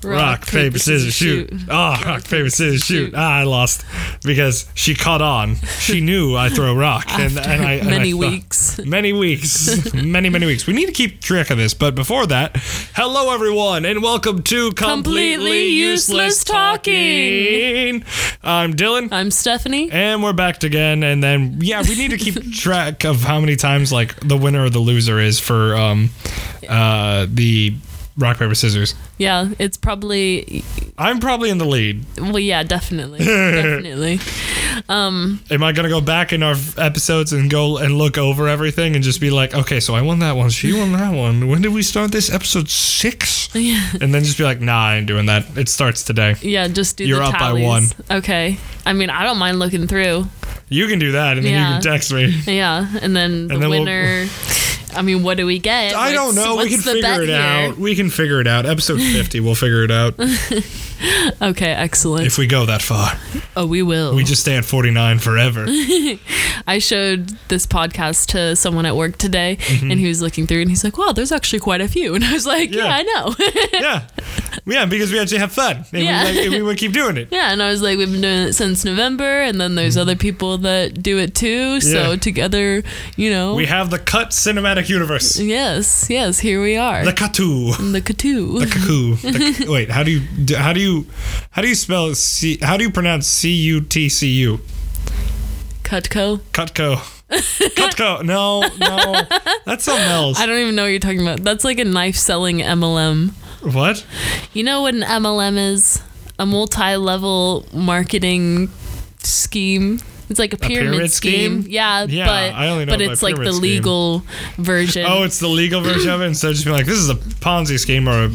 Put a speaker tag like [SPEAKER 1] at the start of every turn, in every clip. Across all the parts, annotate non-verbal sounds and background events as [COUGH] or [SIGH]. [SPEAKER 1] paper, scissors, shoot. Ah, rock, paper, scissors, shoot. Ah, I lost because she caught on. [LAUGHS] She knew I throw rock, and,
[SPEAKER 2] After
[SPEAKER 1] and I and I
[SPEAKER 2] many
[SPEAKER 1] thought-
[SPEAKER 2] weeks. [LAUGHS]
[SPEAKER 1] many [LAUGHS] weeks, many many weeks. We need to keep track of this, but before that, hello everyone, and welcome to completely, useless
[SPEAKER 2] Useless Talking.
[SPEAKER 1] talking. I'm Dylan.
[SPEAKER 2] I'm Stephanie.
[SPEAKER 1] And we're back again, and then yeah, we need to [LAUGHS] keep track of how many times like the winner or the loser is for um, uh, the rock paper scissors.
[SPEAKER 2] Yeah, it's probably
[SPEAKER 1] I'm probably in the lead.
[SPEAKER 2] well, yeah,
[SPEAKER 1] [LAUGHS]
[SPEAKER 2] definitely, definitely.
[SPEAKER 1] Am I gonna go back in our f- episodes and go and look over everything and just be like, okay, so I won that one, she won that one. When did we start this
[SPEAKER 2] [LAUGHS]
[SPEAKER 1] episode six?
[SPEAKER 2] Yeah.
[SPEAKER 1] And then just be like, nah, I ain't doing that. It starts today.
[SPEAKER 2] Yeah, just do
[SPEAKER 1] You're
[SPEAKER 2] the
[SPEAKER 1] up by
[SPEAKER 2] tallies.
[SPEAKER 1] one.
[SPEAKER 2] Okay. I mean, I don't mind looking through.
[SPEAKER 1] You can do that, and then
[SPEAKER 2] Yeah.
[SPEAKER 1] you can text me.
[SPEAKER 2] Yeah, and then the
[SPEAKER 1] And then we'll-
[SPEAKER 2] winner. I mean, what do we get?
[SPEAKER 1] I don't
[SPEAKER 2] What's-
[SPEAKER 1] know. We
[SPEAKER 2] what's
[SPEAKER 1] can
[SPEAKER 2] the bet
[SPEAKER 1] figure it
[SPEAKER 2] here?
[SPEAKER 1] out. We can figure it out.
[SPEAKER 2] [LAUGHS]
[SPEAKER 1] Episode 50, we'll figure it out
[SPEAKER 2] Okay, excellent.
[SPEAKER 1] if we go that far.
[SPEAKER 2] oh, we will.
[SPEAKER 1] We just stay at
[SPEAKER 2] [LAUGHS]
[SPEAKER 1] 49 forever.
[SPEAKER 2] I showed this podcast to someone at work today, and he was looking through, and he's like, "Wow, there's actually quite a few." [LAUGHS] And I was like, "Yeah,
[SPEAKER 1] Mm-hmm. Yeah.
[SPEAKER 2] I know."
[SPEAKER 1] yeah. Yeah, because we actually have fun. And
[SPEAKER 2] Yeah.
[SPEAKER 1] we, like, and we would keep doing it.
[SPEAKER 2] yeah, and I was like, "We've been doing it since November, and then there's other people that do it too. So
[SPEAKER 1] Mm-hmm. Yeah.
[SPEAKER 2] together, you know."
[SPEAKER 1] We have the cut
[SPEAKER 2] [LAUGHS]
[SPEAKER 1] cinematic universe.
[SPEAKER 2] yes, yes, here we are.
[SPEAKER 1] The Katu.
[SPEAKER 2] The Katu.
[SPEAKER 1] The cuckoo. The, wait, how do you do- how do you how do you spell c how do you pronounce c u t c u?
[SPEAKER 2] Cutco.
[SPEAKER 1] Cutco. Cutco. No, no, that's something else.
[SPEAKER 2] I don't even know what you're talking about. That's like a knife selling MLM.
[SPEAKER 1] What?
[SPEAKER 2] You know what an MLM is? A multi level marketing scheme. It's like a pyramid,
[SPEAKER 1] pyramid
[SPEAKER 2] scheme.
[SPEAKER 1] scheme?
[SPEAKER 2] Yeah,
[SPEAKER 1] Yeah,
[SPEAKER 2] but
[SPEAKER 1] I only know
[SPEAKER 2] but
[SPEAKER 1] it by
[SPEAKER 2] it's like the
[SPEAKER 1] pyramid scheme.
[SPEAKER 2] legal version.
[SPEAKER 1] Oh, it's the legal version of it instead of just being like this is a Ponzi scheme or a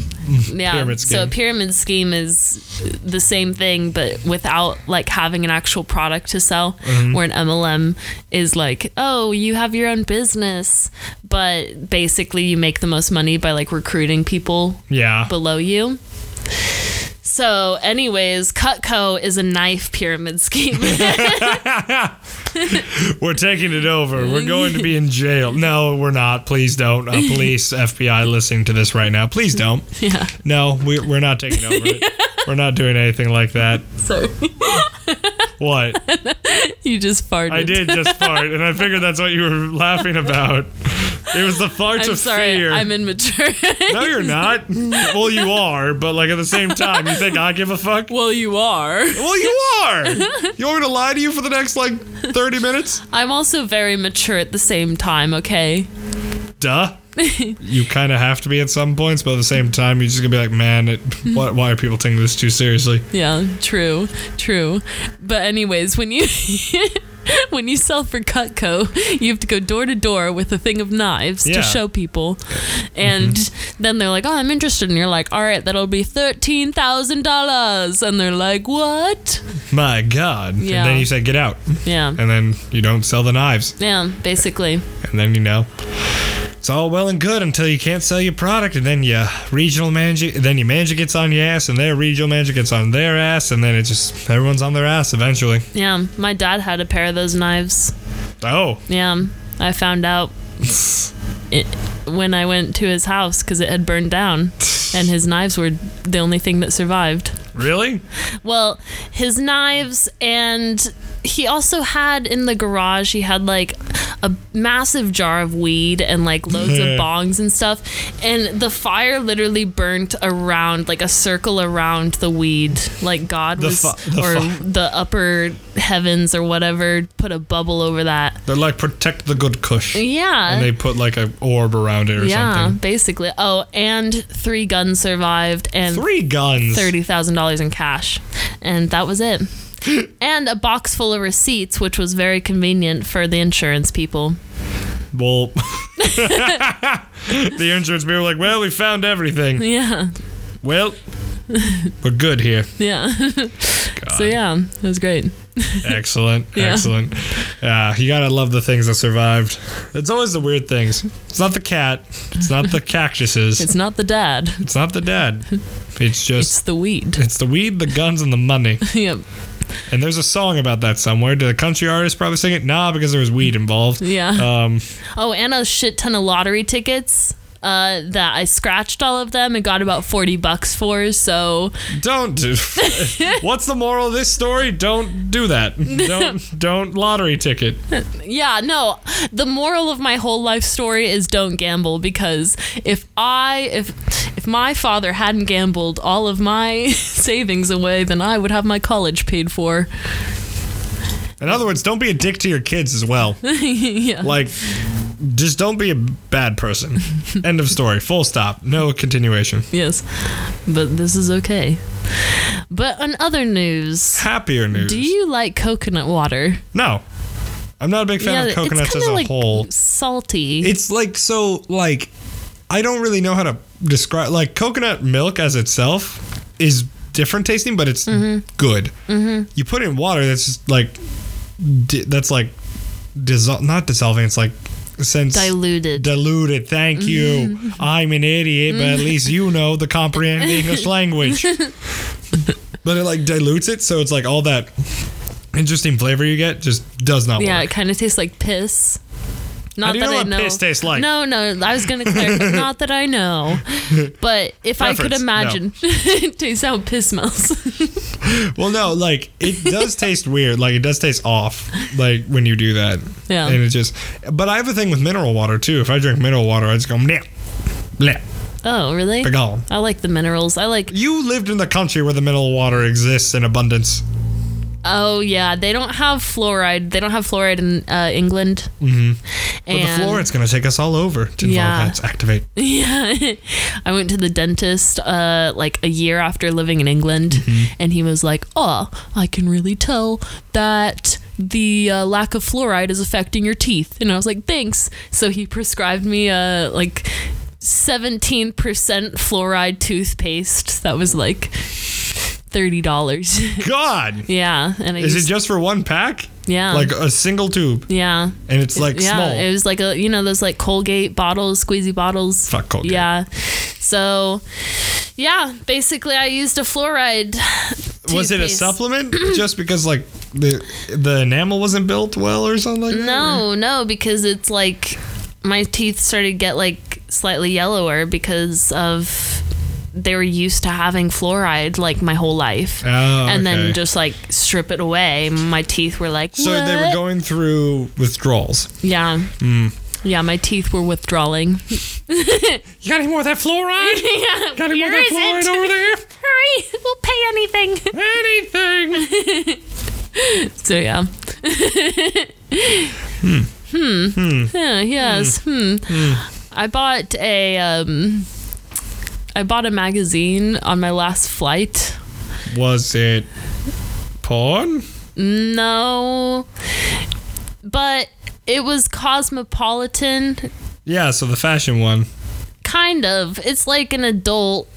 [SPEAKER 2] yeah.
[SPEAKER 1] pyramid
[SPEAKER 2] So a
[SPEAKER 1] scheme.
[SPEAKER 2] pyramid scheme is the same thing but without like having an actual product to sell.
[SPEAKER 1] Mm-hmm.
[SPEAKER 2] Where an MLM is like, "Oh, you have your own business, but basically you make the most money by like recruiting people
[SPEAKER 1] yeah.
[SPEAKER 2] below you. So, anyways, Cutco is a knife pyramid
[SPEAKER 1] [LAUGHS]
[SPEAKER 2] scheme.
[SPEAKER 1] We're taking it over. We're going to be in jail. No, we're not. Please don't. Uh, police, FBI listening to this right now. Please don't.
[SPEAKER 2] yeah.
[SPEAKER 1] No, we, we're not taking over it. We're not doing anything like that.
[SPEAKER 2] [LAUGHS] Sorry.
[SPEAKER 1] What?
[SPEAKER 2] You just farted.
[SPEAKER 1] I
[SPEAKER 2] [LAUGHS]
[SPEAKER 1] did just fart, and I figured that's what you were laughing about. It was the farts
[SPEAKER 2] I'm
[SPEAKER 1] of
[SPEAKER 2] sorry.
[SPEAKER 1] fear.
[SPEAKER 2] I'm immature. [LAUGHS]
[SPEAKER 1] no, you're not. Well, you are, but like at the same time, you think I give a fuck?
[SPEAKER 2] well, you are.
[SPEAKER 1] Well, you are. You want me to lie to you for the next like 30 minutes?
[SPEAKER 2] I'm also very mature at the same time, okay?
[SPEAKER 1] Duh. You kind of have to be at some points, but at the same time, you're just gonna be like, man, it, why, why are people taking this too seriously?
[SPEAKER 2] Yeah, true. True. But anyways, when you [LAUGHS] when you sell for Cutco, you have to go door to door with a thing of knives
[SPEAKER 1] Yeah.
[SPEAKER 2] to show people. And then they're like, "Oh, I'm interested." And you're like, "All right, that'll be $13,000." And they're like, "What?"
[SPEAKER 1] My God.
[SPEAKER 2] Yeah.
[SPEAKER 1] And then you say, get out.
[SPEAKER 2] Yeah.
[SPEAKER 1] And then you don't sell the knives.
[SPEAKER 2] Yeah, basically.
[SPEAKER 1] And then you know it's all well and good until you can't sell your product, and then your regional manager, then your manager gets on your ass, and their regional manager gets on their ass, and then it just everyone's on their ass eventually.
[SPEAKER 2] Yeah, my dad had a pair of those knives.
[SPEAKER 1] Oh,
[SPEAKER 2] Yeah, I found out [LAUGHS] it, when I went to his house cuz it had burned down and his knives were the only thing that survived.
[SPEAKER 1] really?
[SPEAKER 2] Well, his knives and he also had in the garage he had like a massive jar of weed and like loads
[SPEAKER 1] [LAUGHS]
[SPEAKER 2] of bongs and stuff and the fire literally burnt around like a circle around the weed like god
[SPEAKER 1] The
[SPEAKER 2] was
[SPEAKER 1] fu- the
[SPEAKER 2] or
[SPEAKER 1] fu-
[SPEAKER 2] the upper heavens or whatever put a bubble over that
[SPEAKER 1] They're like protect the good kush,
[SPEAKER 2] yeah
[SPEAKER 1] and they put like an orb around it or
[SPEAKER 2] yeah
[SPEAKER 1] something.
[SPEAKER 2] basically oh and three guns survived and
[SPEAKER 1] Three guns.
[SPEAKER 2] thirty thousand dollars in cash, and that was it. and a box full of receipts, which was very convenient for the insurance people. [LAUGHS]
[SPEAKER 1] Well, [LAUGHS] the insurance people were like, "Well, we found everything.
[SPEAKER 2] Yeah,
[SPEAKER 1] Well, we're good here."
[SPEAKER 2] yeah. [LAUGHS] so yeah, it was great.
[SPEAKER 1] [LAUGHS] Excellent.
[SPEAKER 2] Yeah.
[SPEAKER 1] Excellent. Yeah, you gotta love the things that survived. It's always the weird things. It's not the cat. It's not [LAUGHS] the cactuses. It's,
[SPEAKER 2] It's not the dad,
[SPEAKER 1] not the dad. It's just
[SPEAKER 2] it's the weed. [LAUGHS]
[SPEAKER 1] [LAUGHS] it's, the weed, the guns, and the money.
[SPEAKER 2] yep.
[SPEAKER 1] And there's a song about that somewhere. Did a country artist probably sing it? Nah, because there was weed involved.
[SPEAKER 2] Yeah.
[SPEAKER 1] Um,
[SPEAKER 2] Oh, and a shit ton of lottery tickets. uh, that I scratched all of them and got about 40 bucks for. So
[SPEAKER 1] Don't [LAUGHS] do. What's the moral of this story? Don't do [LAUGHS] that. Don't don't lottery ticket.
[SPEAKER 2] Yeah, no. The moral of my whole life story is don't gamble because if I if if my father hadn't gambled all of my [LAUGHS] savings away, then I would have my college paid for. [LAUGHS]
[SPEAKER 1] In other words, don't be a dick to your kids as well.
[SPEAKER 2] yeah.
[SPEAKER 1] Like, just don't be a bad
[SPEAKER 2] [LAUGHS]
[SPEAKER 1] person. End of story. Full stop. No continuation.
[SPEAKER 2] Yes. But this is okay. But on other news,
[SPEAKER 1] Happier news.
[SPEAKER 2] do you like coconut water?
[SPEAKER 1] No, I'm not a big fan of coconuts as
[SPEAKER 2] kinda
[SPEAKER 1] a
[SPEAKER 2] like
[SPEAKER 1] whole.
[SPEAKER 2] salty.
[SPEAKER 1] It's like so like I don't really know how to describe like coconut milk as itself is different tasting, but it's good. Mm-hmm. You put it in water that's just like di- that's like dissol- not dissolving. It's like since
[SPEAKER 2] diluted.
[SPEAKER 1] diluted. Thank you.
[SPEAKER 2] Mm.
[SPEAKER 1] I'm an idiot, but at least you know the
[SPEAKER 2] [LAUGHS]
[SPEAKER 1] comprehended English language. but it like dilutes it, so it's like all that interesting flavor you get just does not
[SPEAKER 2] yeah,
[SPEAKER 1] work.
[SPEAKER 2] it kind of tastes like piss. Not
[SPEAKER 1] do you
[SPEAKER 2] that
[SPEAKER 1] know
[SPEAKER 2] I
[SPEAKER 1] what
[SPEAKER 2] know.
[SPEAKER 1] piss tastes like?
[SPEAKER 2] No, no, I was gonna
[SPEAKER 1] [LAUGHS]
[SPEAKER 2] clarify. not that I know, but if I could
[SPEAKER 1] Preference,
[SPEAKER 2] imagine,
[SPEAKER 1] no.
[SPEAKER 2] [LAUGHS] it tastes how piss smells. [LAUGHS]
[SPEAKER 1] Well, no, like it does taste weird. Like it does taste off. Like when you do that.
[SPEAKER 2] Yeah.
[SPEAKER 1] And it just. But I have a thing with mineral water too. If I drink mineral water, I just go bleh, bleh,
[SPEAKER 2] oh, really?
[SPEAKER 1] they're gone.
[SPEAKER 2] I like the minerals. I like.
[SPEAKER 1] You lived in the country where the mineral water exists in abundance.
[SPEAKER 2] Oh yeah, they don't have fluoride. They don't have fluoride in uh, England. Mm-hmm.
[SPEAKER 1] But the floor, it's gonna take us all over to involve
[SPEAKER 2] Yeah. [LAUGHS]
[SPEAKER 1] that's activate.
[SPEAKER 2] Yeah. I went to the dentist uh, like a year after living in England,
[SPEAKER 1] Mm-hmm.
[SPEAKER 2] and he was like, Oh, I can really tell that the uh, lack of fluoride is affecting your teeth. And I was like, Thanks. So he prescribed me uh, like 17% fluoride toothpaste that was like $30. [LAUGHS]
[SPEAKER 1] God,
[SPEAKER 2] yeah. And I
[SPEAKER 1] is it
[SPEAKER 2] used-
[SPEAKER 1] just for one pack?
[SPEAKER 2] Yeah.
[SPEAKER 1] Like a single tube,
[SPEAKER 2] yeah.
[SPEAKER 1] and it's like
[SPEAKER 2] yeah,
[SPEAKER 1] small.
[SPEAKER 2] it was like a you know those like Colgate bottles, squeezy bottles.
[SPEAKER 1] Fuck Colgate.
[SPEAKER 2] Yeah. So, yeah, basically I used a fluoride.
[SPEAKER 1] was it a
[SPEAKER 2] toothpaste. [CLEARS THROAT]
[SPEAKER 1] supplement? just because like the the enamel wasn't built well or something like that?
[SPEAKER 2] No, no, because it's like my teeth started to get like slightly yellower because of they were used to having fluoride like my whole life.
[SPEAKER 1] Oh,
[SPEAKER 2] And
[SPEAKER 1] okay.
[SPEAKER 2] then just like strip it away, my teeth were like
[SPEAKER 1] So they were
[SPEAKER 2] "What?"
[SPEAKER 1] going Hmm. through withdrawals.
[SPEAKER 2] Yeah. Yeah, my teeth were withdrawing. [LAUGHS]
[SPEAKER 1] You got any more of that fluoride?
[SPEAKER 2] yeah.
[SPEAKER 1] Got any more of
[SPEAKER 2] where
[SPEAKER 1] that
[SPEAKER 2] is it?
[SPEAKER 1] fluoride over
[SPEAKER 2] [LAUGHS] Hurry, we'll pay
[SPEAKER 1] there?
[SPEAKER 2] anything. [LAUGHS]
[SPEAKER 1] Anything.
[SPEAKER 2] So yeah. hmm. Hmm. Yeah, yes. Hmm. I bought a um I bought a magazine on my last flight.
[SPEAKER 1] Was it porn?
[SPEAKER 2] No. But it was Cosmopolitan
[SPEAKER 1] Yeah, so the fashion one.
[SPEAKER 2] kind of. It's like an adult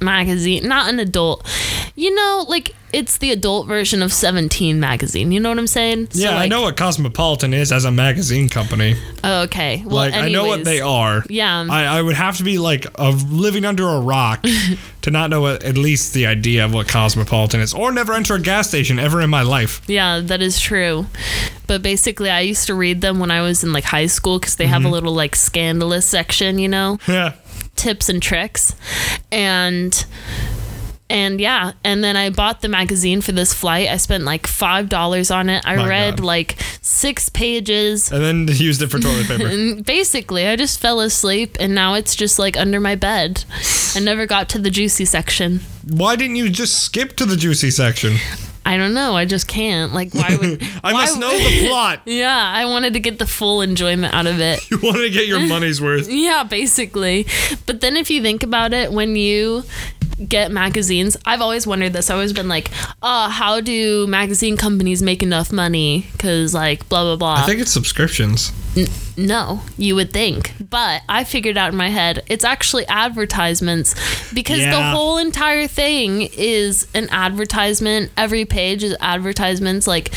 [SPEAKER 2] magazine, not an adult. You know, like it's the adult version of 17 magazine. You know what I'm saying? So,
[SPEAKER 1] yeah, I
[SPEAKER 2] like-
[SPEAKER 1] know what Cosmopolitan is as a magazine company.
[SPEAKER 2] Oh, okay. Well,
[SPEAKER 1] like I know what
[SPEAKER 2] anyways.
[SPEAKER 1] they are.
[SPEAKER 2] Yeah.
[SPEAKER 1] I, I would have to be like of living under
[SPEAKER 2] [LAUGHS]
[SPEAKER 1] a rock to not know at at least the idea of what Cosmopolitan is, or never enter a gas station ever in my life. [LAUGHS]
[SPEAKER 2] Yeah, that is true. But basically, I used to read them when I was in like high school because they
[SPEAKER 1] Mm-hmm.
[SPEAKER 2] have a little like scandalous section, you know,
[SPEAKER 1] Yeah.
[SPEAKER 2] tips and tricks, and and yeah, and then I bought the magazine for this flight. I spent like five dollars on it. I
[SPEAKER 1] My
[SPEAKER 2] read
[SPEAKER 1] God.
[SPEAKER 2] like six pages.
[SPEAKER 1] And then used it for
[SPEAKER 2] [LAUGHS]
[SPEAKER 1] toilet paper.
[SPEAKER 2] And basically, I just fell asleep, and now it's just like under my bed. I never got to the juicy section.
[SPEAKER 1] Why didn't you just skip to the juicy section?
[SPEAKER 2] I don't know. I just can't. Like, why
[SPEAKER 1] [LAUGHS]
[SPEAKER 2] would? why
[SPEAKER 1] I must
[SPEAKER 2] would-
[SPEAKER 1] know the plot.
[SPEAKER 2] [LAUGHS] Yeah, I wanted to get the full enjoyment out of it.
[SPEAKER 1] You wanted to get your money's worth.
[SPEAKER 2] Yeah, basically. But then if you think about it, when you get magazines, I've always wondered this. I've always been like, uh, how do magazine companies make enough money? Because, like, blah, blah, blah.
[SPEAKER 1] I think it's subscriptions.
[SPEAKER 2] no, you would think. But I figured out in my head, it's actually advertisements because
[SPEAKER 1] Yeah.
[SPEAKER 2] the whole entire thing is an advertisement. Every page is advertisements. Like,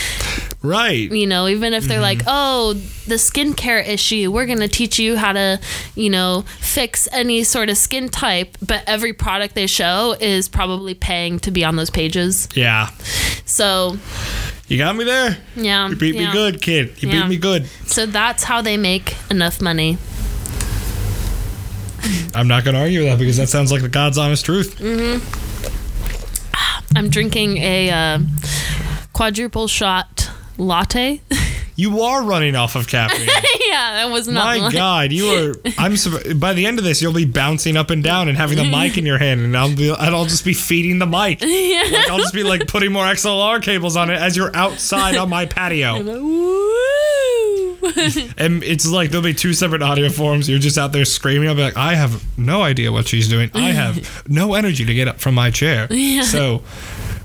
[SPEAKER 1] Right.
[SPEAKER 2] you know, even if they're like,
[SPEAKER 1] Mm-hmm.
[SPEAKER 2] oh, the skincare issue, we're going to teach you how to, you know, fix any sort of skin type. But every product they show is probably paying to be on those pages.
[SPEAKER 1] Yeah.
[SPEAKER 2] So,
[SPEAKER 1] You got me there?
[SPEAKER 2] yeah.
[SPEAKER 1] You beat me
[SPEAKER 2] Um, yeah.
[SPEAKER 1] good, kid. You
[SPEAKER 2] Yeah.
[SPEAKER 1] beat me good.
[SPEAKER 2] So that's how they make enough money.
[SPEAKER 1] I'm not going to argue with that because that sounds like the God's honest truth.
[SPEAKER 2] I'm drinking a uh, quadruple shot latte. [LAUGHS]
[SPEAKER 1] You are running off of caffeine.
[SPEAKER 2] yeah, that was not.
[SPEAKER 1] My
[SPEAKER 2] lying.
[SPEAKER 1] God, you are. I'm. sur- By the end of this, you'll be bouncing up and down and having the mic in your hand, and I'll be. And I'll just be feeding the mic. Like, I'll just be like putting more XLR cables on it as you're outside on my patio,
[SPEAKER 2] [LAUGHS] Woo! [LAUGHS]
[SPEAKER 1] and it's like there'll be two separate audio forms. You're just out there screaming. I'll be like, I have no idea what she's doing. I have no energy to get up from my chair. So,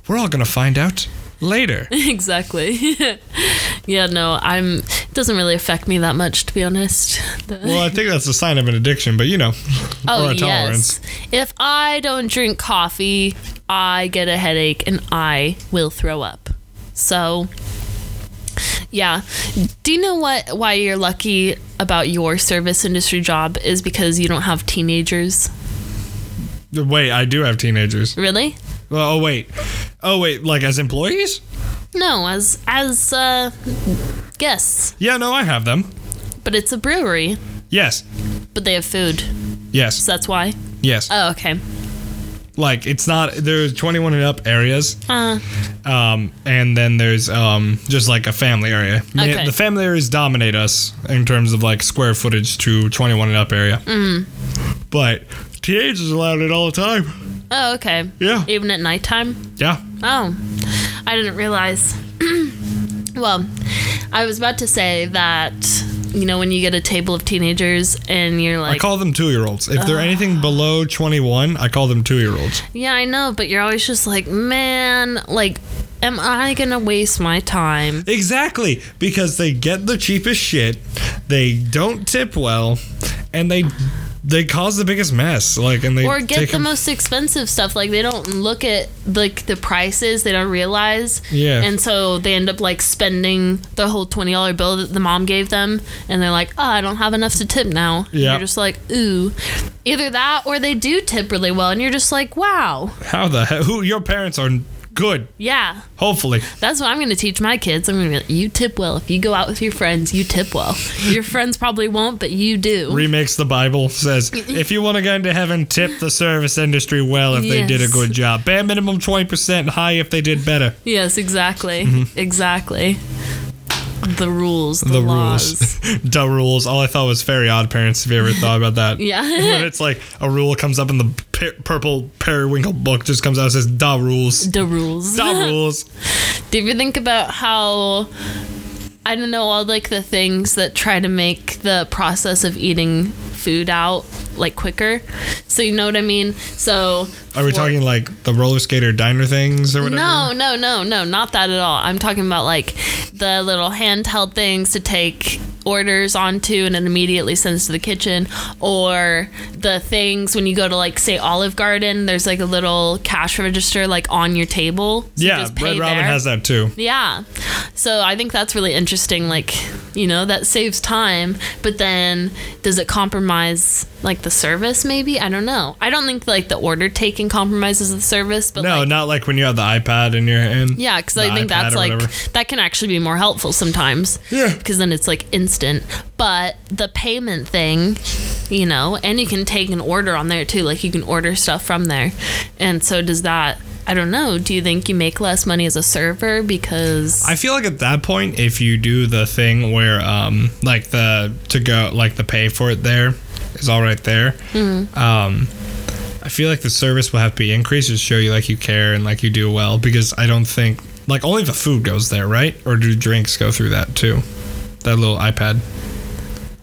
[SPEAKER 1] we're all gonna find out later.
[SPEAKER 2] [LAUGHS] exactly. yeah, no, I'm. It doesn't really affect me that much, to be honest. [LAUGHS] The-
[SPEAKER 1] Well, I think that's a sign of an addiction, but you know, or a tolerance.
[SPEAKER 2] Oh, yes. If I don't drink coffee, I get a headache and I will throw up. So, yeah. Do you know what? Why you're lucky about your service industry job is because you don't have teenagers.
[SPEAKER 1] Wait, I do have teenagers.
[SPEAKER 2] Really?
[SPEAKER 1] Well, oh wait, oh wait, like as employees?
[SPEAKER 2] No, as as uh, guests,
[SPEAKER 1] Yeah, no, I have them.
[SPEAKER 2] but it's a brewery,
[SPEAKER 1] Yes,
[SPEAKER 2] but they have food,
[SPEAKER 1] yes,
[SPEAKER 2] so that's why.
[SPEAKER 1] yes.
[SPEAKER 2] Oh, okay.
[SPEAKER 1] Like it's not there's 21 and up areas,
[SPEAKER 2] Uh,
[SPEAKER 1] um, and then there's um just like a family area. I mean,
[SPEAKER 2] Okay.
[SPEAKER 1] The family areas dominate us in terms of like square footage to 21 and up area.
[SPEAKER 2] Mm-hmm.
[SPEAKER 1] But teenagers allowed it all the time.
[SPEAKER 2] oh, okay.
[SPEAKER 1] Yeah.
[SPEAKER 2] Even at nighttime.
[SPEAKER 1] Yeah.
[SPEAKER 2] Oh, I didn't realize. [CLEARS THROAT] well, I was about to say that you know when you get a table of teenagers and you're
[SPEAKER 1] I
[SPEAKER 2] like, Ah.
[SPEAKER 1] call them two year olds. If they're anything below 21, I call them two year olds.
[SPEAKER 2] yeah, I know, but you're always just like, man, like, am I gonna waste my time?
[SPEAKER 1] Exactly, because they get the cheapest shit, they don't tip well, and they they cause the biggest mess. Like, and they
[SPEAKER 2] or get
[SPEAKER 1] take
[SPEAKER 2] the
[SPEAKER 1] a-
[SPEAKER 2] most expensive stuff. Like they don't look at like the prices. They don't realize.
[SPEAKER 1] Yeah.
[SPEAKER 2] And so they end up like spending the whole twenty dollar bill that the mom gave them, and they're like, "Oh, I don't have enough to tip now." And
[SPEAKER 1] Yeah.
[SPEAKER 2] You're just like, ooh. Either that, or they do tip really well, and you're just like, "Wow,
[SPEAKER 1] how the hell? Who your parents are good?
[SPEAKER 2] yeah."
[SPEAKER 1] Hopefully,
[SPEAKER 2] That's what I'm going to teach my kids. I'm going to be like, you tip well. If you go out with your friends, you tip well. Your friends probably won't, but you do.
[SPEAKER 1] remakes the Bible says if you want to go into heaven, tip the service industry well if they did a
[SPEAKER 2] Yes.
[SPEAKER 1] good job. Bare minimum twenty percent high if they did better.
[SPEAKER 2] yes, exactly, exactly. The rules, the,
[SPEAKER 1] Mm-hmm. The
[SPEAKER 2] laws.
[SPEAKER 1] rules, [LAUGHS] the rules. All I thought was very odd parents. Have you ever thought about that?
[SPEAKER 2] Yeah.
[SPEAKER 1] When it's like a rule comes up in the pu- purple periwinkle book, just comes out and says "da rules."
[SPEAKER 2] the rules.
[SPEAKER 1] Stop
[SPEAKER 2] [LAUGHS]
[SPEAKER 1] rules.
[SPEAKER 2] Do you ever think about how I don't know all like the things that try to make the process of eating food out like quicker? So you know what I mean? So
[SPEAKER 1] Are we
[SPEAKER 2] for-
[SPEAKER 1] talking like the roller skater diner things or whatever?
[SPEAKER 2] No, no, no, no, not that at all. I'm talking about like the little handheld things to take orders onto and it immediately sends to the kitchen or the things when you go to like say Olive Garden, there's like a little cash register like on your table. So you
[SPEAKER 1] Yeah,
[SPEAKER 2] just pay
[SPEAKER 1] Red Robin
[SPEAKER 2] there.
[SPEAKER 1] has that too.
[SPEAKER 2] Yeah. So I think that's really interesting. Like, you know, that saves time, but then does it compromise like the service maybe? I don't know. I don't think like the order taking compromises the service, but
[SPEAKER 1] No,
[SPEAKER 2] like,
[SPEAKER 1] not like when you have the iPad in your hand.
[SPEAKER 2] yeah, because
[SPEAKER 1] The
[SPEAKER 2] I think
[SPEAKER 1] iPad
[SPEAKER 2] that's
[SPEAKER 1] or
[SPEAKER 2] like,
[SPEAKER 1] whatever.
[SPEAKER 2] that can actually be more helpful sometimes.
[SPEAKER 1] Yeah.
[SPEAKER 2] Because then it's like instant. But the payment thing, you know, and you can take an order on there too. Like you can order stuff from there. And so does that. I don't know. Do you think you make less money as a server because
[SPEAKER 1] I feel like at that point, if you do the thing where, um, like the to go, like the pay for it there is all right there.
[SPEAKER 2] Mm-hmm.
[SPEAKER 1] Um, I feel like the service will have to be increased to show you like you care and like you do well because I don't think like only the food goes there, right? Or do drinks go through that too? That little iPad.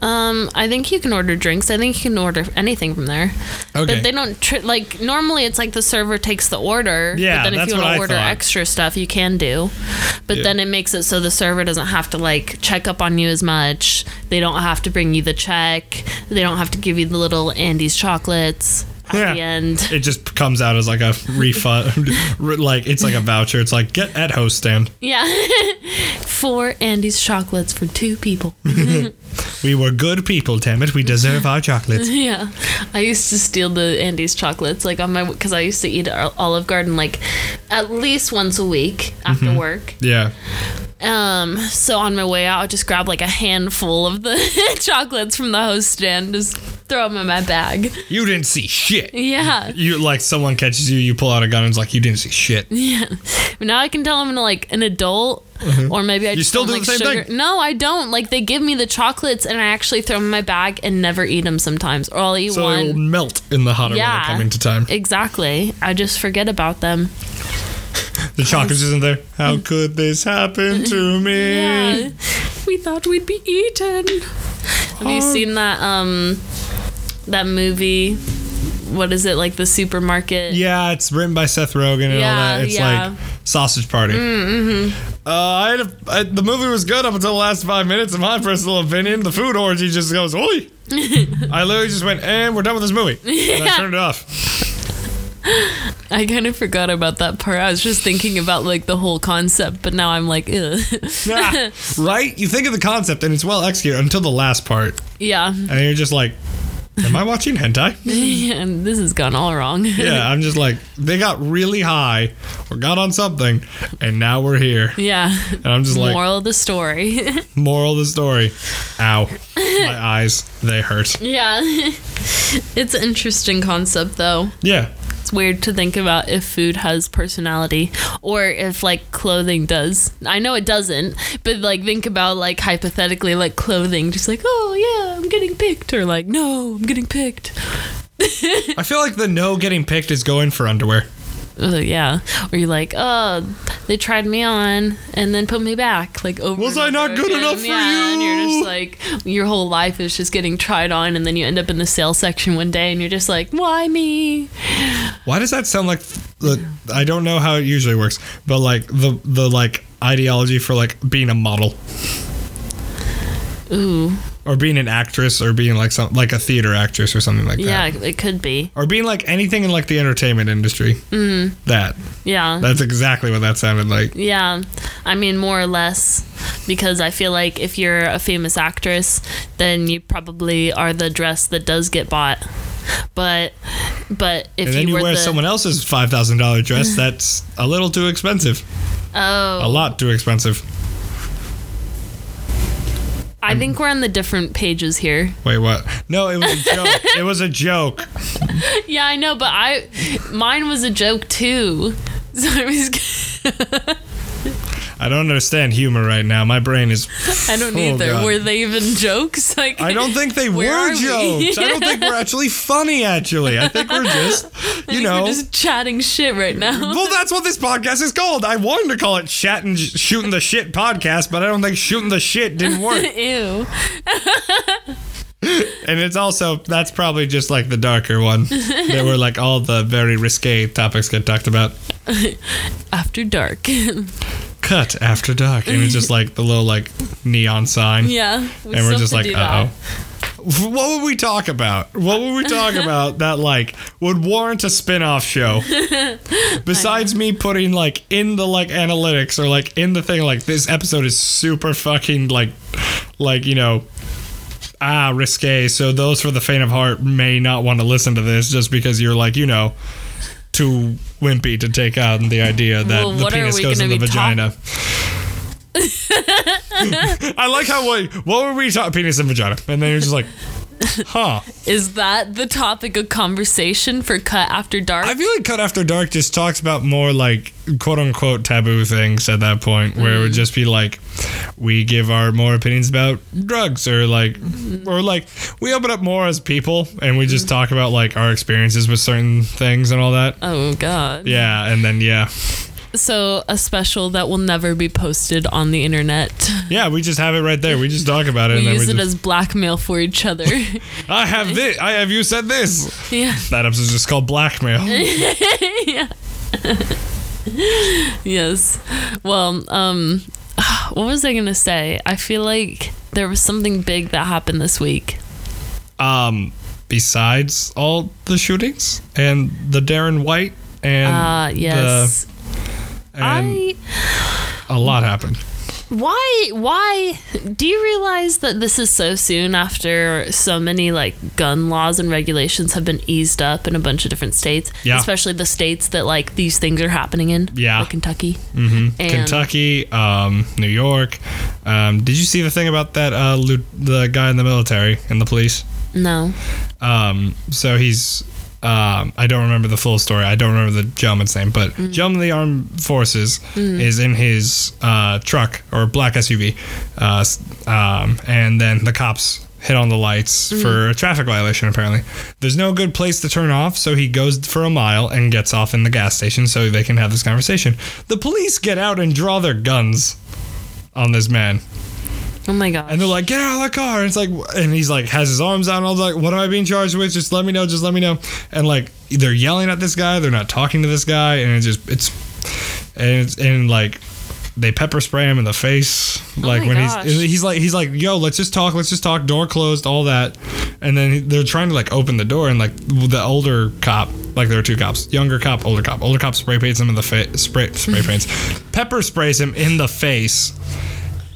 [SPEAKER 2] Um, I think you can order drinks. I think you can order anything from there.
[SPEAKER 1] Okay.
[SPEAKER 2] But they don't tr- like normally. It's like the server takes the order.
[SPEAKER 1] Yeah,
[SPEAKER 2] But then if
[SPEAKER 1] that's
[SPEAKER 2] you want
[SPEAKER 1] what I
[SPEAKER 2] to order
[SPEAKER 1] thought.
[SPEAKER 2] extra stuff, you can do. But
[SPEAKER 1] Yeah.
[SPEAKER 2] then it makes it so the server doesn't have to like check up on you as much. They don't have to bring you the check. They don't have to give you the little Andy's chocolates at
[SPEAKER 1] Yeah.
[SPEAKER 2] the end. [LAUGHS]
[SPEAKER 1] it just comes out as like a refund [LAUGHS] re- like it's like a voucher it's like get at host stand
[SPEAKER 2] Yeah, [LAUGHS] four Andy's chocolates for two people.
[SPEAKER 1] we were good people damn it we deserve our chocolates
[SPEAKER 2] Yeah, I used to steal the Andes chocolates like on my because I
[SPEAKER 1] Mm-hmm.
[SPEAKER 2] used to eat at Olive Garden like at least once a week after work,
[SPEAKER 1] yeah
[SPEAKER 2] Um, so on my way out, I just grab like a handful of the [LAUGHS] chocolates from the host stand, just throw them in my bag.
[SPEAKER 1] You didn't see shit.
[SPEAKER 2] Yeah.
[SPEAKER 1] You like someone catches you, you pull out a gun and it's like you didn't see shit.
[SPEAKER 2] Yeah. But now I can tell I'm like an adult, or maybe I just
[SPEAKER 1] Mm-hmm. still
[SPEAKER 2] don't
[SPEAKER 1] do
[SPEAKER 2] like
[SPEAKER 1] the same
[SPEAKER 2] sugar.
[SPEAKER 1] thing?
[SPEAKER 2] No, I don't. Like they give me the chocolates, and I actually throw them in my bag and never eat them sometimes, or I'll eat
[SPEAKER 1] So
[SPEAKER 2] one.
[SPEAKER 1] it'll melt in the hotter
[SPEAKER 2] Yeah.
[SPEAKER 1] weather coming to time.
[SPEAKER 2] Exactly. I just forget about them.
[SPEAKER 1] The chocolates isn't there. How could this happen to me?
[SPEAKER 2] Yeah. We thought we'd be eaten. Have you
[SPEAKER 1] Oh.
[SPEAKER 2] seen that um that movie? What is it like the supermarket?
[SPEAKER 1] Yeah, it's written by Seth Rogen and all
[SPEAKER 2] Yeah,
[SPEAKER 1] that. It's
[SPEAKER 2] yeah. Mm,
[SPEAKER 1] like Sausage Party. Mm-hmm. Uh, I had a, I, the movie was good up until the last five minutes. In my [LAUGHS] personal opinion, the food orgy just
[SPEAKER 2] [LAUGHS]
[SPEAKER 1] goes, "Oi!" I literally just went, "And we're done with this movie." And I turned
[SPEAKER 2] [LAUGHS]
[SPEAKER 1] it off.
[SPEAKER 2] I kind of forgot about that part. I was just thinking about like the whole concept, but now I'm like, Ugh. [LAUGHS]
[SPEAKER 1] Ah, right? You think of the concept and it's well executed until the last part,
[SPEAKER 2] yeah, [LAUGHS]
[SPEAKER 1] and you're just like, "Am I watching hentai?"
[SPEAKER 2] and this has gone all wrong.
[SPEAKER 1] yeah, I'm just like, they got really high or got on something, and now we're here.
[SPEAKER 2] [LAUGHS] Yeah.
[SPEAKER 1] And I'm just like,
[SPEAKER 2] Moral of the story. [LAUGHS]
[SPEAKER 1] moral of the story, ow, my eyes, they hurt.
[SPEAKER 2] yeah. [LAUGHS] it's an interesting concept though.
[SPEAKER 1] Yeah.
[SPEAKER 2] It's weird to think about if food has personality or if like clothing does. I know it doesn't, but like think about like hypothetically like clothing just like, "Oh yeah, I'm getting picked." Or like, "No, I'm getting picked."
[SPEAKER 1] I feel like the no getting picked is going for underwear.
[SPEAKER 2] Uh, yeah. Or you're like, oh, they tried me on and then put me back. Like, over
[SPEAKER 1] Was
[SPEAKER 2] and
[SPEAKER 1] I not
[SPEAKER 2] over
[SPEAKER 1] good
[SPEAKER 2] again.
[SPEAKER 1] enough for
[SPEAKER 2] yeah, And you're
[SPEAKER 1] you?
[SPEAKER 2] just like, your whole life is just getting tried on, and then you end up in the sales section one day, and you're just like, why me?
[SPEAKER 1] Why does that sound like the, I don't know how it usually works, but like the the like ideology for like being a model
[SPEAKER 2] Ooh,
[SPEAKER 1] or being an actress or being like some like a theater actress or something like
[SPEAKER 2] yeah,
[SPEAKER 1] that.
[SPEAKER 2] it could be.
[SPEAKER 1] Or being like anything in like the entertainment industry. Mm.
[SPEAKER 2] Mm-hmm.
[SPEAKER 1] That.
[SPEAKER 2] Yeah.
[SPEAKER 1] That's exactly what that sounded like.
[SPEAKER 2] Yeah, I mean more or less, because I feel like if you're a famous actress, then you probably are the dress that does get bought. But, but if
[SPEAKER 1] And then
[SPEAKER 2] you,
[SPEAKER 1] you,
[SPEAKER 2] were
[SPEAKER 1] wear
[SPEAKER 2] the,
[SPEAKER 1] someone else's five thousand
[SPEAKER 2] [LAUGHS]
[SPEAKER 1] dollar dress, that's a little too expensive. A
[SPEAKER 2] oh,
[SPEAKER 1] lot too expensive. Um,
[SPEAKER 2] I think we're on the different pages here. [LAUGHS]
[SPEAKER 1] Wait, what? No, it was a joke. it was a joke.
[SPEAKER 2] Yeah, I know, but I mine was a joke too. [LAUGHS] So I was
[SPEAKER 1] I don't understand humor right now. My brain is.
[SPEAKER 2] I don't
[SPEAKER 1] Oh,
[SPEAKER 2] either.
[SPEAKER 1] God.
[SPEAKER 2] Were they even [LAUGHS] jokes? Like
[SPEAKER 1] I don't think they
[SPEAKER 2] Where
[SPEAKER 1] were
[SPEAKER 2] are we?
[SPEAKER 1] jokes. I don't think we're actually funny. Actually, I think
[SPEAKER 2] [LAUGHS]
[SPEAKER 1] we're just, you
[SPEAKER 2] think
[SPEAKER 1] know.
[SPEAKER 2] we're just chatting shit right now. [LAUGHS]
[SPEAKER 1] well, that's what this podcast is called. I wanted to call it "Chat and Shooting the Shit" podcast, but I don't think "Shooting the Shit"
[SPEAKER 2] [LAUGHS]
[SPEAKER 1] didn't work.
[SPEAKER 2] Ew.
[SPEAKER 1] And it's also that's probably just like the darker one, that where like all the very risque topics get talked about.
[SPEAKER 2] After dark. [LAUGHS]
[SPEAKER 1] Cut after dark, and it's just like the little like neon sign.
[SPEAKER 2] yeah. We
[SPEAKER 1] and we're
[SPEAKER 2] still
[SPEAKER 1] just
[SPEAKER 2] have
[SPEAKER 1] like,
[SPEAKER 2] to do
[SPEAKER 1] uh
[SPEAKER 2] that.
[SPEAKER 1] oh. [LAUGHS] What would we talk about? What would we talk
[SPEAKER 2] [LAUGHS]
[SPEAKER 1] about that like would warrant a spin-off show? Besides me putting like in the like analytics or like in the thing like this episode is super fucking like like you know ah risque. So those for the faint of heart may not want to listen to this just because you're like you know too wimpy to take out the idea that
[SPEAKER 2] Well,
[SPEAKER 1] the
[SPEAKER 2] what are
[SPEAKER 1] penis
[SPEAKER 2] we
[SPEAKER 1] goes in
[SPEAKER 2] gonna
[SPEAKER 1] the
[SPEAKER 2] be talk-
[SPEAKER 1] vagina. [LAUGHS] I like how what, what were we talking penis and vagina, and then you're
[SPEAKER 2] [LAUGHS]
[SPEAKER 1] just like, huh.
[SPEAKER 2] Is that the topic of conversation for cut after dark?
[SPEAKER 1] I feel like Cut After Dark just talks about more like quote unquote taboo things at that point, where it
[SPEAKER 2] Mm.
[SPEAKER 1] would just be like, we give our more opinions about drugs, or like,
[SPEAKER 2] Mm-hmm.
[SPEAKER 1] or like we open up more as people, and we
[SPEAKER 2] Mm.
[SPEAKER 1] just talk about like our experiences with certain things and all that.
[SPEAKER 2] oh god.
[SPEAKER 1] Yeah, and then yeah,
[SPEAKER 2] So a special that will never be posted on the internet.
[SPEAKER 1] yeah, we just have it right there. We just talk about it,
[SPEAKER 2] We
[SPEAKER 1] and then
[SPEAKER 2] use
[SPEAKER 1] we
[SPEAKER 2] it
[SPEAKER 1] just,
[SPEAKER 2] as blackmail for each other.
[SPEAKER 1] [LAUGHS]
[SPEAKER 2] [LAUGHS]
[SPEAKER 1] I have this. I have you said this.
[SPEAKER 2] yeah. [LAUGHS]
[SPEAKER 1] That episode's just called blackmail.
[SPEAKER 2] yeah. yes. Well, um [SIGHS] what was I going to say? I feel like there was something big that happened this week.
[SPEAKER 1] um, besides all the shootings and the Darren White and
[SPEAKER 2] Uh yes.
[SPEAKER 1] the, Mm. and
[SPEAKER 2] I
[SPEAKER 1] a lot happened.
[SPEAKER 2] Why? Why do you realize that this is so soon after so many like gun laws and regulations have been eased up in a bunch of different states?
[SPEAKER 1] Yeah.
[SPEAKER 2] Especially the states that like these things are happening in.
[SPEAKER 1] Yeah.
[SPEAKER 2] Like Kentucky. Mm-hmm. And
[SPEAKER 1] Kentucky, um, New York. Um, did you see the thing about that uh, lu- the guy in the military and the police?
[SPEAKER 2] No.
[SPEAKER 1] Um, so he's. Um, I don't remember the full story. I don't remember the gentleman's name, but gentleman of the armed forces is in his uh, truck or black SUV, uh, s- um, and then the cops hit on the lights for a traffic violation. Apparently, there's no good place to turn off, so he goes for a mile and gets off in the gas station so they can have this conversation. The police get out and draw their guns on this man.
[SPEAKER 2] Oh my god.
[SPEAKER 1] And they're like, get out of the car. And it's like, and he's like, has his arms out. And I was like, what am I being charged with? Just let me know. Just let me know. And like, they're yelling at this guy. They're not talking to this guy. And it's just, it's, and it's, and like, they pepper spray him in the face. Like
[SPEAKER 2] Oh my
[SPEAKER 1] when
[SPEAKER 2] gosh.
[SPEAKER 1] he's, he's like, he's like, yo, let's just talk. Let's just talk. Door closed, all that. And then they're trying to like open the door. And like the older cop, like there are two cops, younger cop, older cop, older cop spray paints him in the face,
[SPEAKER 2] [LAUGHS]
[SPEAKER 1] spray, spray paints, pepper sprays him in the face.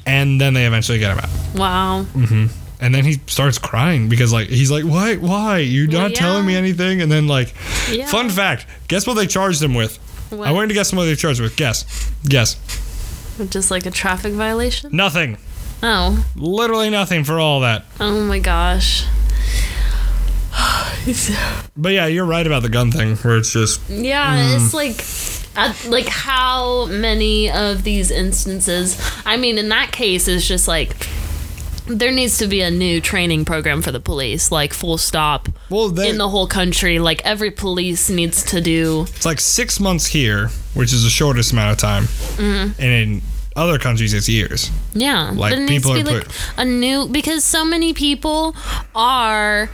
[SPEAKER 1] And then they eventually get him out.
[SPEAKER 2] wow.
[SPEAKER 1] Mm. And then he starts crying because like he's like, "Why? Why? You're not
[SPEAKER 2] Well, yeah.
[SPEAKER 1] telling me anything." And then like,
[SPEAKER 2] Yeah.
[SPEAKER 1] fun fact: guess what they charged him with?
[SPEAKER 2] What?
[SPEAKER 1] I wanted to guess what they charged with. Guess, guess,
[SPEAKER 2] Just like a traffic violation.
[SPEAKER 1] nothing.
[SPEAKER 2] Oh.
[SPEAKER 1] Literally nothing for all that.
[SPEAKER 2] Oh my gosh. [SIGHS]
[SPEAKER 1] But yeah, you're right about the gun thing, where it's just
[SPEAKER 2] Yeah, it's like, at, like how many of these instances? I mean, in that case, it's just like there needs to be a new training program for the police, like full stop.
[SPEAKER 1] well, they,
[SPEAKER 2] in the whole country, like every police needs to do.
[SPEAKER 1] it's like six months here, which is the shortest amount of time,
[SPEAKER 2] Mm-hmm.
[SPEAKER 1] and in other countries it's years.
[SPEAKER 2] Yeah,
[SPEAKER 1] Like,
[SPEAKER 2] but it needs
[SPEAKER 1] people
[SPEAKER 2] to be
[SPEAKER 1] are
[SPEAKER 2] like
[SPEAKER 1] put-
[SPEAKER 2] a new because so many people are.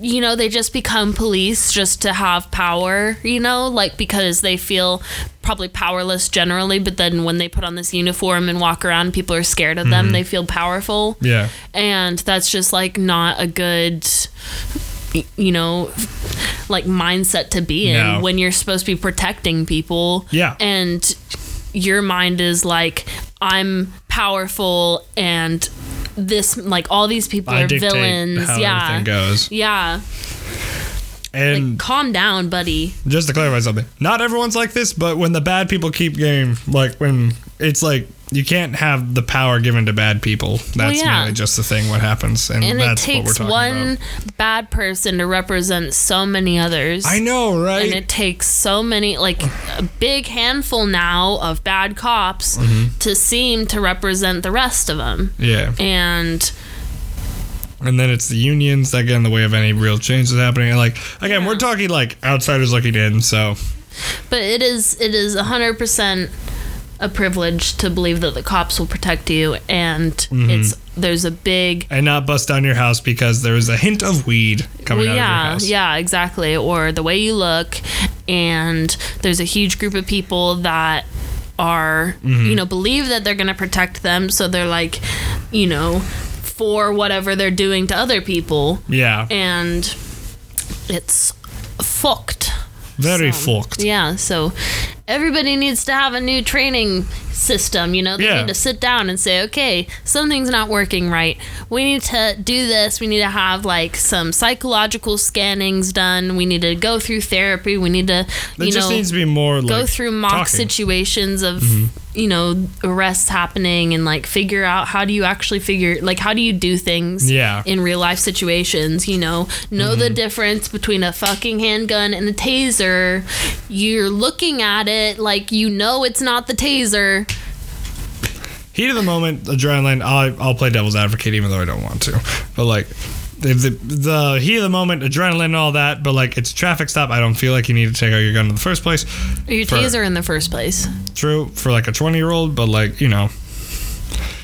[SPEAKER 2] You know, they just become police just to have power, you know, like because they feel probably powerless generally, but then when they put on this uniform and walk around, people are scared of them.
[SPEAKER 1] Mm-hmm.
[SPEAKER 2] They feel powerful.
[SPEAKER 1] Yeah,
[SPEAKER 2] and that's just like not a good y- you know like mindset to be in
[SPEAKER 1] No.
[SPEAKER 2] when you're supposed to be protecting people
[SPEAKER 1] Yeah.
[SPEAKER 2] and your mind is like i'm powerful and this like all these people
[SPEAKER 1] I
[SPEAKER 2] are
[SPEAKER 1] dictate
[SPEAKER 2] villains
[SPEAKER 1] how
[SPEAKER 2] yeah
[SPEAKER 1] everything goes.
[SPEAKER 2] yeah
[SPEAKER 1] And
[SPEAKER 2] calm down buddy
[SPEAKER 1] just to clarify something not everyone's like this but when the bad people keep game like when it's like you can't have the power given to bad people that's
[SPEAKER 2] yeah.
[SPEAKER 1] mainly just the thing what happens and,
[SPEAKER 2] and it
[SPEAKER 1] that's what we're
[SPEAKER 2] takes
[SPEAKER 1] talking
[SPEAKER 2] one
[SPEAKER 1] about
[SPEAKER 2] bad person to represent so many others
[SPEAKER 1] i know right
[SPEAKER 2] and it takes so many like a big handful now of bad cops to seem to represent the rest of them
[SPEAKER 1] yeah
[SPEAKER 2] and
[SPEAKER 1] and then it's the unions that get in the way of any real change that's happening and like again we're talking like outsiders looking in so
[SPEAKER 2] but it is it is 100% a privilege to believe that the cops will protect you and it's there's a big
[SPEAKER 1] and not bust down your house because there is a hint of weed coming
[SPEAKER 2] well,
[SPEAKER 1] out of your
[SPEAKER 2] yeah,
[SPEAKER 1] house
[SPEAKER 2] yeah, exactly. Or the way you look, and there's a huge group of people that are,
[SPEAKER 1] Mm-hmm.
[SPEAKER 2] you know, believe that they're going to protect them, so they're like, you know, for whatever they're doing to other people,
[SPEAKER 1] yeah
[SPEAKER 2] and it's fucked.
[SPEAKER 1] very
[SPEAKER 2] So,
[SPEAKER 1] fucked
[SPEAKER 2] Yeah, so everybody needs to have a new training system. You know, they
[SPEAKER 1] Yeah.
[SPEAKER 2] need to sit down and say, okay, something's not working right. We need to do this. We need to have like some psychological scannings done. We need to go through therapy. We need to,
[SPEAKER 1] it
[SPEAKER 2] you
[SPEAKER 1] just
[SPEAKER 2] know,
[SPEAKER 1] needs to be more like
[SPEAKER 2] go through mock
[SPEAKER 1] talking. Mm-hmm.
[SPEAKER 2] situations of. You know, arrests happening and like figure out how do you actually figure, like, how do you do things
[SPEAKER 1] Yeah.
[SPEAKER 2] in real life situations, you know, know the difference between a fucking handgun and a taser. You're looking at it like you know it's not the taser.
[SPEAKER 1] heat of the moment adrenaline I'll, I'll play devil's advocate even though i don't want to but like if the, the heat of the moment adrenaline and all that but like it's a traffic stop i don't feel like you need to take out your gun in the first place
[SPEAKER 2] Or your
[SPEAKER 1] For-
[SPEAKER 2] taser in the first place.
[SPEAKER 1] true for like a 20 year old but like you know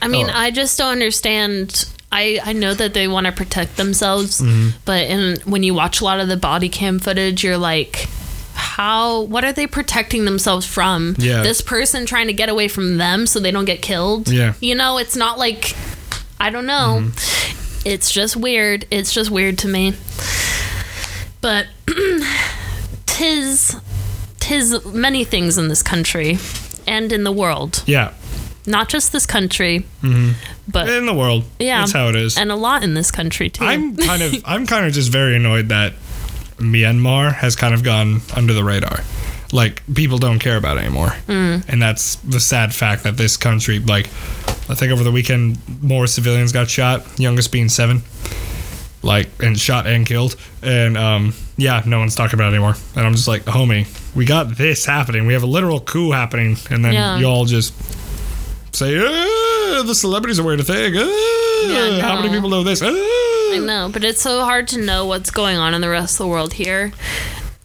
[SPEAKER 2] I mean,
[SPEAKER 1] Oh.
[SPEAKER 2] I just don't understand. I, I know that they want to protect themselves,
[SPEAKER 1] Mm-hmm.
[SPEAKER 2] but in, when you watch a lot of the body cam footage, you're like, how, what are they protecting themselves from?
[SPEAKER 1] Yeah.
[SPEAKER 2] This person trying to get away from them so they don't get killed?
[SPEAKER 1] Yeah.
[SPEAKER 2] You know, it's not like, I don't know.
[SPEAKER 1] Mm-hmm.
[SPEAKER 2] It's just weird. It's just weird to me. But [CLEARS THROAT] tis, tis many things in this country and in the world
[SPEAKER 1] yeah
[SPEAKER 2] not just this country,
[SPEAKER 1] Mm-hmm.
[SPEAKER 2] but
[SPEAKER 1] in the world.
[SPEAKER 2] yeah,
[SPEAKER 1] that's how it is.
[SPEAKER 2] and a lot in this country too.
[SPEAKER 1] I'm kind of I'm kind of just very annoyed that Myanmar has kind of gone under the radar. Like people don't care about it anymore.
[SPEAKER 2] Mm.
[SPEAKER 1] And that's the sad fact that this country like I think over the weekend more civilians got shot, youngest being 7. Like and shot and killed and um yeah, no one's talking about it anymore. And I'm just like, "Homie, we got this happening. We have a literal coup happening." And then
[SPEAKER 2] Yeah.
[SPEAKER 1] y'all just say, "Ah, "The celebrities are wearing a thing. Ah,
[SPEAKER 2] Yeah, I
[SPEAKER 1] how many
[SPEAKER 2] know.
[SPEAKER 1] people know this?" Ah."
[SPEAKER 2] I know, but it's so hard to know what's going on in the rest of the world here.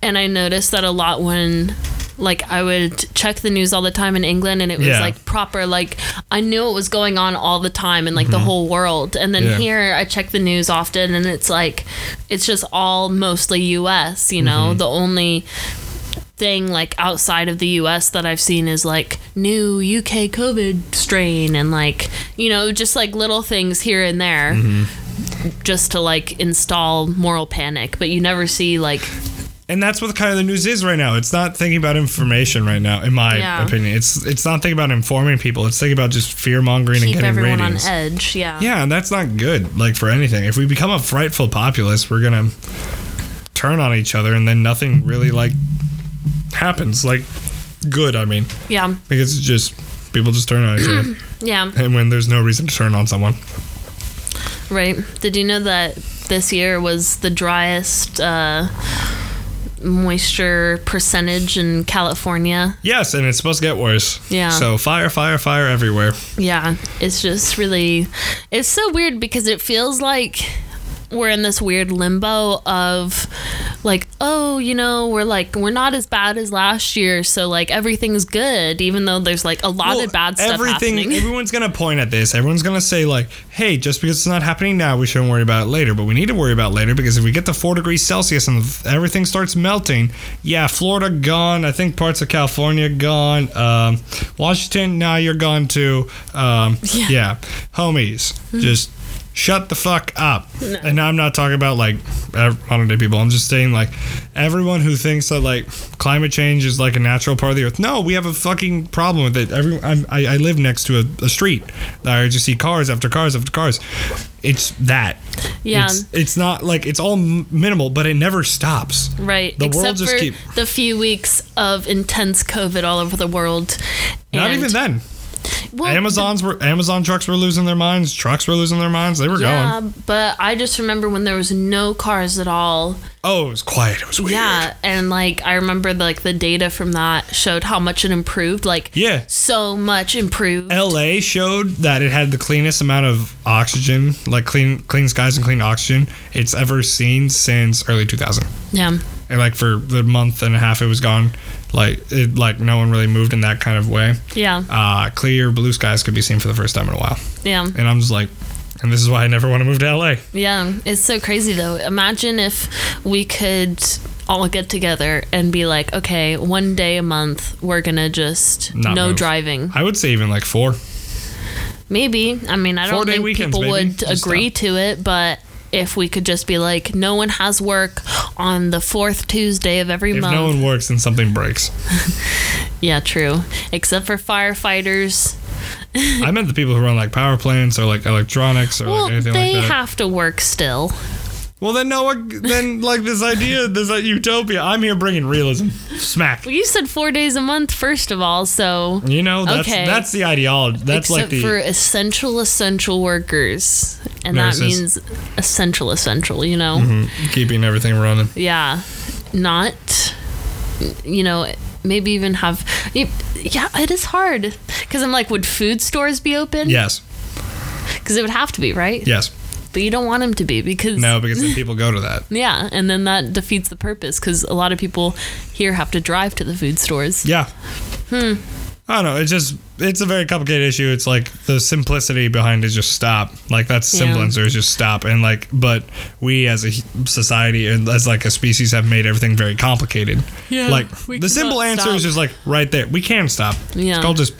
[SPEAKER 2] And I noticed that a lot when like I would check the news all the time in England and it was
[SPEAKER 1] Yeah.
[SPEAKER 2] like proper like I knew what was going on all the time in like the whole world. And then
[SPEAKER 1] Mm-hmm. Yeah.
[SPEAKER 2] here I check the news often and it's like it's just all mostly US, you know.
[SPEAKER 1] Mm-hmm.
[SPEAKER 2] The only thing like outside of the US that I've seen is like new UK COVID strain and like you know just like little things here and there
[SPEAKER 1] Mm-hmm.
[SPEAKER 2] just to like install moral panic but you never see like
[SPEAKER 1] and that's what kind of the news is right now. It's not thinking about information right now, in my
[SPEAKER 2] Yeah.
[SPEAKER 1] opinion. It's it's not thinking about informing people. It's thinking about just fear mongering and
[SPEAKER 2] keep
[SPEAKER 1] getting
[SPEAKER 2] everyone
[SPEAKER 1] ratings.
[SPEAKER 2] on edge yeah
[SPEAKER 1] Yeah, and that's not good. Like for anything, if we become a frightful populace, we're gonna turn on each other, and then nothing really like happens. Like good, I mean,
[SPEAKER 2] yeah
[SPEAKER 1] because it's just people just turn on each
[SPEAKER 2] [CLEARS THROAT]
[SPEAKER 1] other,
[SPEAKER 2] yeah
[SPEAKER 1] and when there's no reason to turn on someone.
[SPEAKER 2] right did you know that this year was the driest uh moisture percentage in California
[SPEAKER 1] Yes, and it's supposed to get worse.
[SPEAKER 2] Yeah.
[SPEAKER 1] So fire, fire, fire everywhere.
[SPEAKER 2] Yeah, it's just really it's so weird because it feels like we're in this weird limbo of like oh you know we're like we're not as bad as last year so like everything's good even though there's like a lot
[SPEAKER 1] Well,
[SPEAKER 2] of bad stuff
[SPEAKER 1] everything,
[SPEAKER 2] happening [LAUGHS]
[SPEAKER 1] Everyone's gonna point at this. Everyone's gonna say like, "Hey, just because it's not happening now, we shouldn't worry about it later." But we need to worry about it later because if we get to four degrees Celsius and everything starts melting, yeah, Florida gone. I think parts of California gone. Um, Washington, now you're gone too. Um, yeah.
[SPEAKER 2] [LAUGHS] Yeah.
[SPEAKER 1] homies, just. Shut the fuck up. And I'm not talking about like ev- modern day people. I'm just saying like everyone who thinks that like climate change is like a natural part of the earth. No, we have a fucking problem with it. Every I'm, I, I live next to a, a street. I just see cars after cars after cars. It's that.
[SPEAKER 2] Yeah.
[SPEAKER 1] It's, it's not like it's all m- minimal, but it never stops.
[SPEAKER 2] [LAUGHS] right
[SPEAKER 1] The
[SPEAKER 2] except
[SPEAKER 1] world just
[SPEAKER 2] for
[SPEAKER 1] keep.
[SPEAKER 2] the few weeks of intense covid all over the world
[SPEAKER 1] Not
[SPEAKER 2] And-
[SPEAKER 1] even then.
[SPEAKER 2] well,
[SPEAKER 1] Amazon's were Amazon trucks were losing their minds. Trucks were losing their minds. They were
[SPEAKER 2] yeah
[SPEAKER 1] going.
[SPEAKER 2] but i just remember when there was no cars at all
[SPEAKER 1] Oh, it was quiet. It was weird.
[SPEAKER 2] Yeah, and like I remember like the data from that showed how much it improved, like
[SPEAKER 1] Yeah.
[SPEAKER 2] so much improved.
[SPEAKER 1] LA showed that it had the cleanest amount of oxygen, like clean clean skies and clean oxygen it's ever seen since early 2000.
[SPEAKER 2] yeah.
[SPEAKER 1] And like for the month and a half it was gone, like it like no one really moved in that kind of way.
[SPEAKER 2] Yeah.
[SPEAKER 1] Uh, clear blue skies could be seen for the first time in a while.
[SPEAKER 2] Yeah.
[SPEAKER 1] And I'm just like and this is why I never want to move to LA.
[SPEAKER 2] Yeah. It's so crazy though. Imagine if we could all get together and be like, okay, one day a month we're gonna just
[SPEAKER 1] Not
[SPEAKER 2] no
[SPEAKER 1] move.
[SPEAKER 2] driving.
[SPEAKER 1] I would say even like 4.
[SPEAKER 2] Maybe. I mean, I don't
[SPEAKER 1] Four-day
[SPEAKER 2] think
[SPEAKER 1] weekends,
[SPEAKER 2] people
[SPEAKER 1] baby.
[SPEAKER 2] would
[SPEAKER 1] Just
[SPEAKER 2] agree
[SPEAKER 1] stop.
[SPEAKER 2] to it, but if we could just be like, no one has work on the fourth Tuesday of every
[SPEAKER 1] If
[SPEAKER 2] month.
[SPEAKER 1] no one works then something breaks.
[SPEAKER 2] yeah, true. Except for firefighters.
[SPEAKER 1] I meant the people who run like power plants or like electronics or
[SPEAKER 2] Well,
[SPEAKER 1] like Oh, anything
[SPEAKER 2] they
[SPEAKER 1] like that.
[SPEAKER 2] have to work still.
[SPEAKER 1] Well, then no one. Then like this idea, this like, utopia. I'm here bringing realism. Smack.
[SPEAKER 2] You said four days a month, first of all, so.
[SPEAKER 1] You know that's
[SPEAKER 2] Okay.
[SPEAKER 1] that's the ideology. That's
[SPEAKER 2] Except
[SPEAKER 1] like the
[SPEAKER 2] for essential, essential workers. And that
[SPEAKER 1] Nurses.
[SPEAKER 2] means essential, essential, you
[SPEAKER 1] Mm-hmm.
[SPEAKER 2] know?
[SPEAKER 1] keeping everything running.
[SPEAKER 2] Yeah. Not, you know, maybe even have. y- Yeah, it is hard. Because I'm like, would food stores be open?
[SPEAKER 1] Yes.
[SPEAKER 2] Because it would have to be, right?
[SPEAKER 1] Yes.
[SPEAKER 2] But you don't want them to be because.
[SPEAKER 1] No, because then people go to that.
[SPEAKER 2] Yeah, and then that defeats the purpose because a lot of people here have to drive to the food stores.
[SPEAKER 1] Yeah. Hmm. I don't know. It's just it's a very complicated issue. It's like the simplicity behind is just stop. Like that's
[SPEAKER 2] Yeah.
[SPEAKER 1] semblance or is just stop. And like, but we as a hu- society and as like a species have made everything very complicated.
[SPEAKER 2] Yeah,
[SPEAKER 1] Like
[SPEAKER 2] we
[SPEAKER 1] the simple
[SPEAKER 2] cannot
[SPEAKER 1] answer is
[SPEAKER 2] stop.
[SPEAKER 1] just like right there. We can stop.
[SPEAKER 2] Yeah.
[SPEAKER 1] It's called just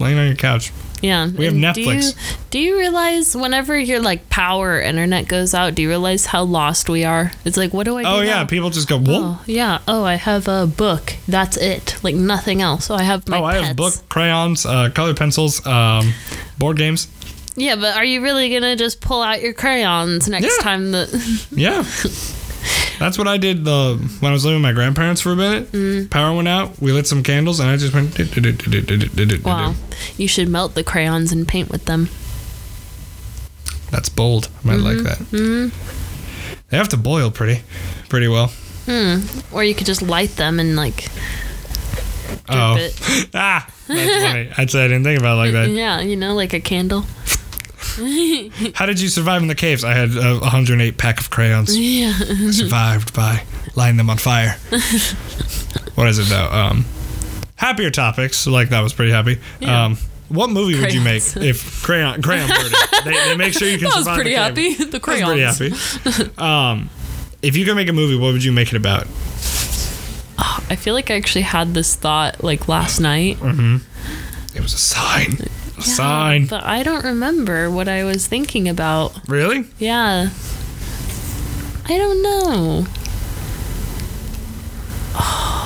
[SPEAKER 1] laying on your couch.
[SPEAKER 2] Yeah.
[SPEAKER 1] We have
[SPEAKER 2] and
[SPEAKER 1] Netflix.
[SPEAKER 2] Do you, do you realize whenever your like power or internet goes out, do you realize how lost we are? It's like, what do I do?
[SPEAKER 1] Oh yeah,
[SPEAKER 2] now?
[SPEAKER 1] people just go, "Whoa,
[SPEAKER 2] Oh, yeah. Oh, I have a book. That's it. Like nothing else. So I have my
[SPEAKER 1] oh, I
[SPEAKER 2] pets.
[SPEAKER 1] have book, crayons, uh, color pencils, um, board games."
[SPEAKER 2] Yeah, but are you really gonna just pull out your crayons next
[SPEAKER 1] Yeah.
[SPEAKER 2] time that
[SPEAKER 1] Yeah. That's what I did the when I was living with my grandparents for a minute.
[SPEAKER 2] Mm.
[SPEAKER 1] Power went out. We lit some candles, and I just went. "Do, do, do, do, do, do, do, do, do."
[SPEAKER 2] Wow. You should melt the crayons and paint with them.
[SPEAKER 1] That's bold. I might
[SPEAKER 2] Mm-hmm.
[SPEAKER 1] like that. They have to boil pretty, pretty well.
[SPEAKER 2] Or you could just light them and like
[SPEAKER 1] oh,
[SPEAKER 2] it.
[SPEAKER 1] [LAUGHS] ah, that's funny. I'd say I didn't think about it like that.
[SPEAKER 2] Yeah, you know, like a candle.
[SPEAKER 1] How did you survive in the caves? I had a 108 pack of
[SPEAKER 2] [LAUGHS]
[SPEAKER 1] crayons.
[SPEAKER 2] Yeah.
[SPEAKER 1] survived by lighting them on
[SPEAKER 2] [LAUGHS]
[SPEAKER 1] fire. what is it though? Um, happier topics. Like that was pretty happy.
[SPEAKER 2] Yeah.
[SPEAKER 1] Um, what movie would you make
[SPEAKER 2] Crayons.
[SPEAKER 1] if crayon
[SPEAKER 2] [LAUGHS]
[SPEAKER 1] crayon birdie? they, they make sure you can
[SPEAKER 2] That was
[SPEAKER 1] survive
[SPEAKER 2] pretty
[SPEAKER 1] the cave.
[SPEAKER 2] happy. [LAUGHS] The
[SPEAKER 1] That was
[SPEAKER 2] crayons.
[SPEAKER 1] pretty happy. [LAUGHS] Um, if you could make a movie, what would you make it about?
[SPEAKER 2] I feel like I actually had this thought like last night.
[SPEAKER 1] It was a sign. A sign.
[SPEAKER 2] But I don't remember what I was thinking about.
[SPEAKER 1] Really?
[SPEAKER 2] Yeah. I don't know. [SIGHS]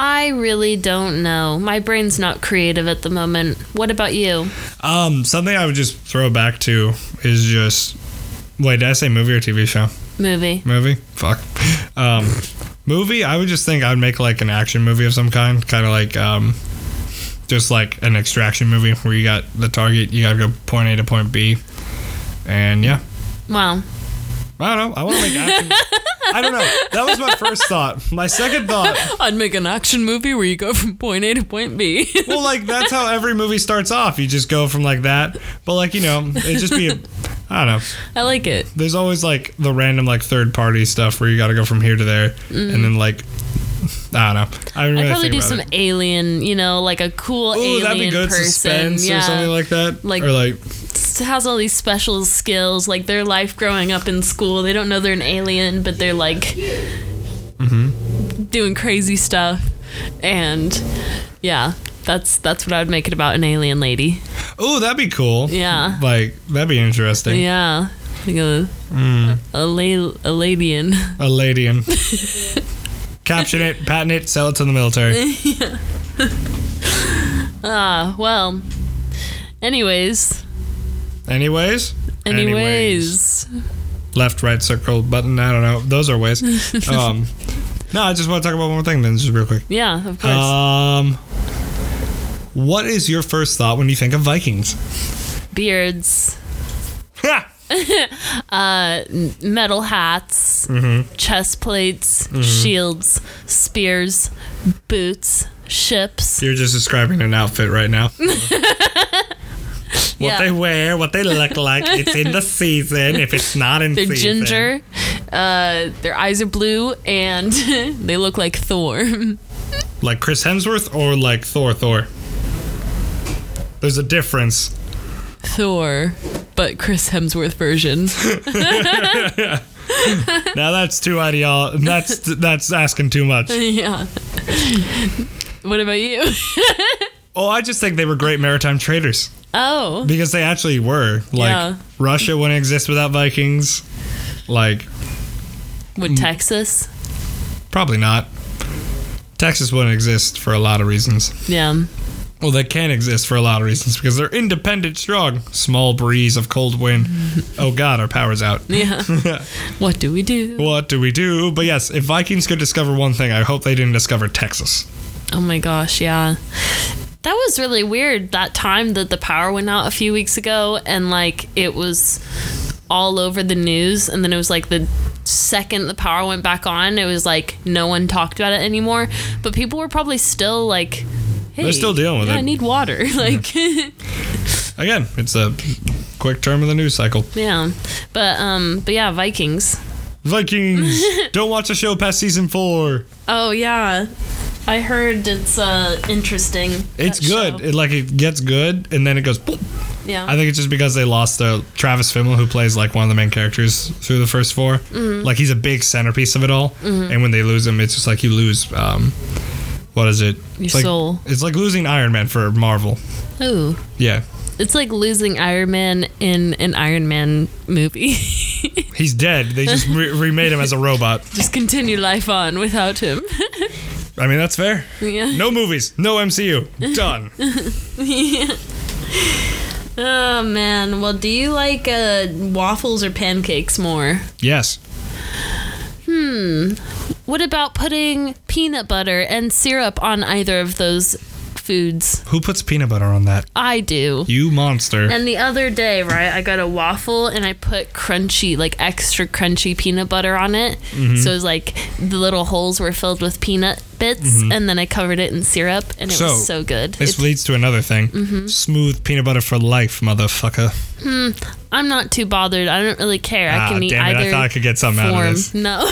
[SPEAKER 2] I really don't know. My brain's not creative at the moment. What about you?
[SPEAKER 1] Um, something I would just throw back to is just. Wait, did I say movie or TV show?
[SPEAKER 2] Movie.
[SPEAKER 1] movie. Fuck. Um, movie. I would just think I'd make like an action movie of some kind, kind of like um, just like an extraction movie where you got the target, you gotta go point A to point B, and yeah.
[SPEAKER 2] Wow.
[SPEAKER 1] I don't know. I want to make action. I don't know. That was my first thought. My second thought,
[SPEAKER 2] I'd make an action movie where you go from point A to point B. [LAUGHS]
[SPEAKER 1] well, like that's how every movie starts off. You just go from like that, but like you know, it'd just be. A, I don't know.
[SPEAKER 2] I like it.
[SPEAKER 1] There's always like the random like third party stuff where you got to go from here to there, and then like I don't know. I didn't really
[SPEAKER 2] I'd probably
[SPEAKER 1] think
[SPEAKER 2] do
[SPEAKER 1] about
[SPEAKER 2] some
[SPEAKER 1] it.
[SPEAKER 2] alien, you know, like a cool
[SPEAKER 1] Ooh,
[SPEAKER 2] alien
[SPEAKER 1] that'd be good
[SPEAKER 2] person.
[SPEAKER 1] suspense
[SPEAKER 2] yeah,
[SPEAKER 1] or something like that.
[SPEAKER 2] Like-
[SPEAKER 1] or like
[SPEAKER 2] has all these special skills, like their life growing up in school. They don't know they're an alien, but they're like doing crazy stuff. And yeah, that's that's what I would make it about an alien lady.
[SPEAKER 1] oh, that'd be cool.
[SPEAKER 2] Yeah.
[SPEAKER 1] Like that'd be interesting.
[SPEAKER 2] Yeah, like a a, la- a ladian. [LAUGHS]
[SPEAKER 1] A ladian. Caption it, patent it, sell it to
[SPEAKER 2] [LAUGHS]
[SPEAKER 1] the military.
[SPEAKER 2] Ah, well. Anyways,
[SPEAKER 1] Anyways.
[SPEAKER 2] anyways,
[SPEAKER 1] Left, right, circle, button. I don't know. Those are
[SPEAKER 2] [LAUGHS]
[SPEAKER 1] ways. Um, no, I just want to talk about one more thing. Then just real quick.
[SPEAKER 2] yeah, of course.
[SPEAKER 1] Um, what is your first thought when you think of Vikings?
[SPEAKER 2] Beards.
[SPEAKER 1] Ha!
[SPEAKER 2] metal hats, chest plates, shields, spears, boots, ships.
[SPEAKER 1] You're just describing an outfit right now.
[SPEAKER 2] [LAUGHS]
[SPEAKER 1] what
[SPEAKER 2] Yeah.
[SPEAKER 1] they wear, what they look like. It's in the season. If it's not in
[SPEAKER 2] They're
[SPEAKER 1] season.
[SPEAKER 2] ginger. Uh, their eyes are blue, and [LAUGHS] they look like Thor. [LAUGHS]
[SPEAKER 1] Like Chris Hemsworth or like Thor Thor? There's a difference.
[SPEAKER 2] Thor, but Chris Hemsworth version. [LAUGHS]
[SPEAKER 1] Now that's too ideal. That's that's asking too much.
[SPEAKER 2] yeah. What about you? [LAUGHS]
[SPEAKER 1] Oh, I just think they were great maritime traders
[SPEAKER 2] Oh,
[SPEAKER 1] because they actually were. Like
[SPEAKER 2] Yeah.
[SPEAKER 1] Russia wouldn't exist without Vikings. Like
[SPEAKER 2] with Texas.
[SPEAKER 1] probably not. Texas wouldn't exist for a lot of reasons.
[SPEAKER 2] Yeah.
[SPEAKER 1] Well, they can exist for a lot of reasons because they're independent, strong. Small breeze of cold wind. oh God, our power's out.
[SPEAKER 2] Yeah. what do we do?
[SPEAKER 1] What do we do? But yes, if Vikings could discover one thing, I hope they didn't discover Texas.
[SPEAKER 2] Oh my gosh, yeah. That was really weird that time that the power went out a few weeks ago and like it was all over the news and then it was like the second the power went back on it was like no one talked about it anymore but people were probably still like hey,
[SPEAKER 1] They're still dealing with
[SPEAKER 2] yeah,
[SPEAKER 1] it.
[SPEAKER 2] I need water [LAUGHS] like
[SPEAKER 1] Again, it's a quick term of the news cycle.
[SPEAKER 2] yeah but um but yeah Vikings
[SPEAKER 1] Vikings! Don't watch the show past season four.
[SPEAKER 2] oh yeah I heard it's uh interesting
[SPEAKER 1] It's good. It like it gets good and then it goes. boop.
[SPEAKER 2] yeah
[SPEAKER 1] I think it's just because they lost the Travis Fimmel, who plays like one of the main characters through the first 4
[SPEAKER 2] Mm-hmm.
[SPEAKER 1] Like he's a big centerpiece of it all, and when they lose him, it's just like you lose. Um, what is it? it's like,
[SPEAKER 2] soul.
[SPEAKER 1] It's like losing Iron Man for Marvel.
[SPEAKER 2] Oh,
[SPEAKER 1] Yeah,
[SPEAKER 2] it's like losing Iron Man in an Iron Man movie. [LAUGHS]
[SPEAKER 1] he's dead. They just re- remade him as a robot.
[SPEAKER 2] Just continue life on without him. [LAUGHS]
[SPEAKER 1] I mean, that's fair.
[SPEAKER 2] yeah.
[SPEAKER 1] No movies, no MCU.
[SPEAKER 2] [LAUGHS]
[SPEAKER 1] Done.
[SPEAKER 2] Oh man. Well, do you like uh, waffles or pancakes more?
[SPEAKER 1] yes.
[SPEAKER 2] What about putting peanut butter and syrup on either of those foods?
[SPEAKER 1] Who puts peanut butter on that?
[SPEAKER 2] I do.
[SPEAKER 1] You monster.
[SPEAKER 2] And the other day, right, I got a waffle and I put crunchy, like extra crunchy peanut butter on it.
[SPEAKER 1] Mm-hmm.
[SPEAKER 2] So it was like the little holes were filled with peanut bits, and then I covered it in syrup, and it
[SPEAKER 1] Mm-hmm. So,
[SPEAKER 2] was so good.
[SPEAKER 1] This
[SPEAKER 2] It's- Mm-hmm.
[SPEAKER 1] leads to another thing. Smooth peanut butter for life, motherfucker.
[SPEAKER 2] I'm not too bothered. I don't really care. I
[SPEAKER 1] Ah,
[SPEAKER 2] can eat
[SPEAKER 1] damn it, I
[SPEAKER 2] either
[SPEAKER 1] thought I could get something out
[SPEAKER 2] form.
[SPEAKER 1] of this.
[SPEAKER 2] [LAUGHS] No.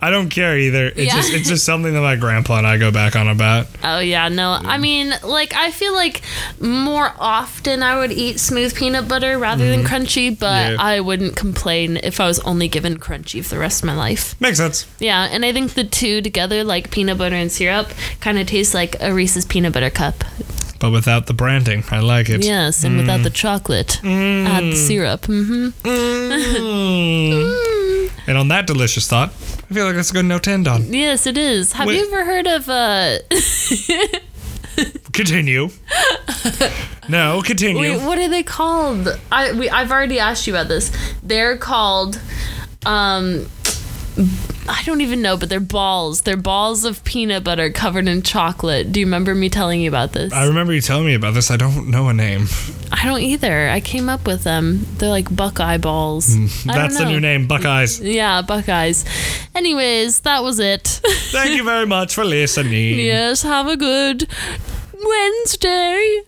[SPEAKER 1] I don't care either. It's
[SPEAKER 2] Yeah.
[SPEAKER 1] just it's just something that my grandpa and I go back on about.
[SPEAKER 2] oh yeah, no. I
[SPEAKER 1] Mm.
[SPEAKER 2] mean, like I feel like more often I would eat smooth peanut butter rather than crunchy, but
[SPEAKER 1] Mm-hmm. Yeah.
[SPEAKER 2] I wouldn't complain if I was only given crunchy for the rest of my life.
[SPEAKER 1] Makes sense.
[SPEAKER 2] Yeah, and I think the two together, like peanut butter and syrup, kind of tastes like a Reese's peanut butter cup.
[SPEAKER 1] But without the branding, I like it.
[SPEAKER 2] Yes, and without the chocolate, add the syrup. hmm
[SPEAKER 1] Mm. and on that delicious thought, I feel like that's a good note to end on.
[SPEAKER 2] Yes, it is. Have
[SPEAKER 1] Wait.
[SPEAKER 2] you ever heard of uh? [LAUGHS]
[SPEAKER 1] Continue. no, continue.
[SPEAKER 2] wait, what are they called? I we I've already asked you about this. They're called, um. I don't even know, but they're balls. They're balls of peanut butter covered in chocolate. Do you remember me telling you about this?
[SPEAKER 1] I remember you telling me about this. I don't know a name.
[SPEAKER 2] I don't either. I came up with them. They're like Buckeye balls. I don't
[SPEAKER 1] Mm, That's the
[SPEAKER 2] know.
[SPEAKER 1] new name, Buckeyes.
[SPEAKER 2] Yeah, Buckeyes. Anyways, that was it. [LAUGHS]
[SPEAKER 1] Thank you very much for listening.
[SPEAKER 2] yes, have a good Wednesday.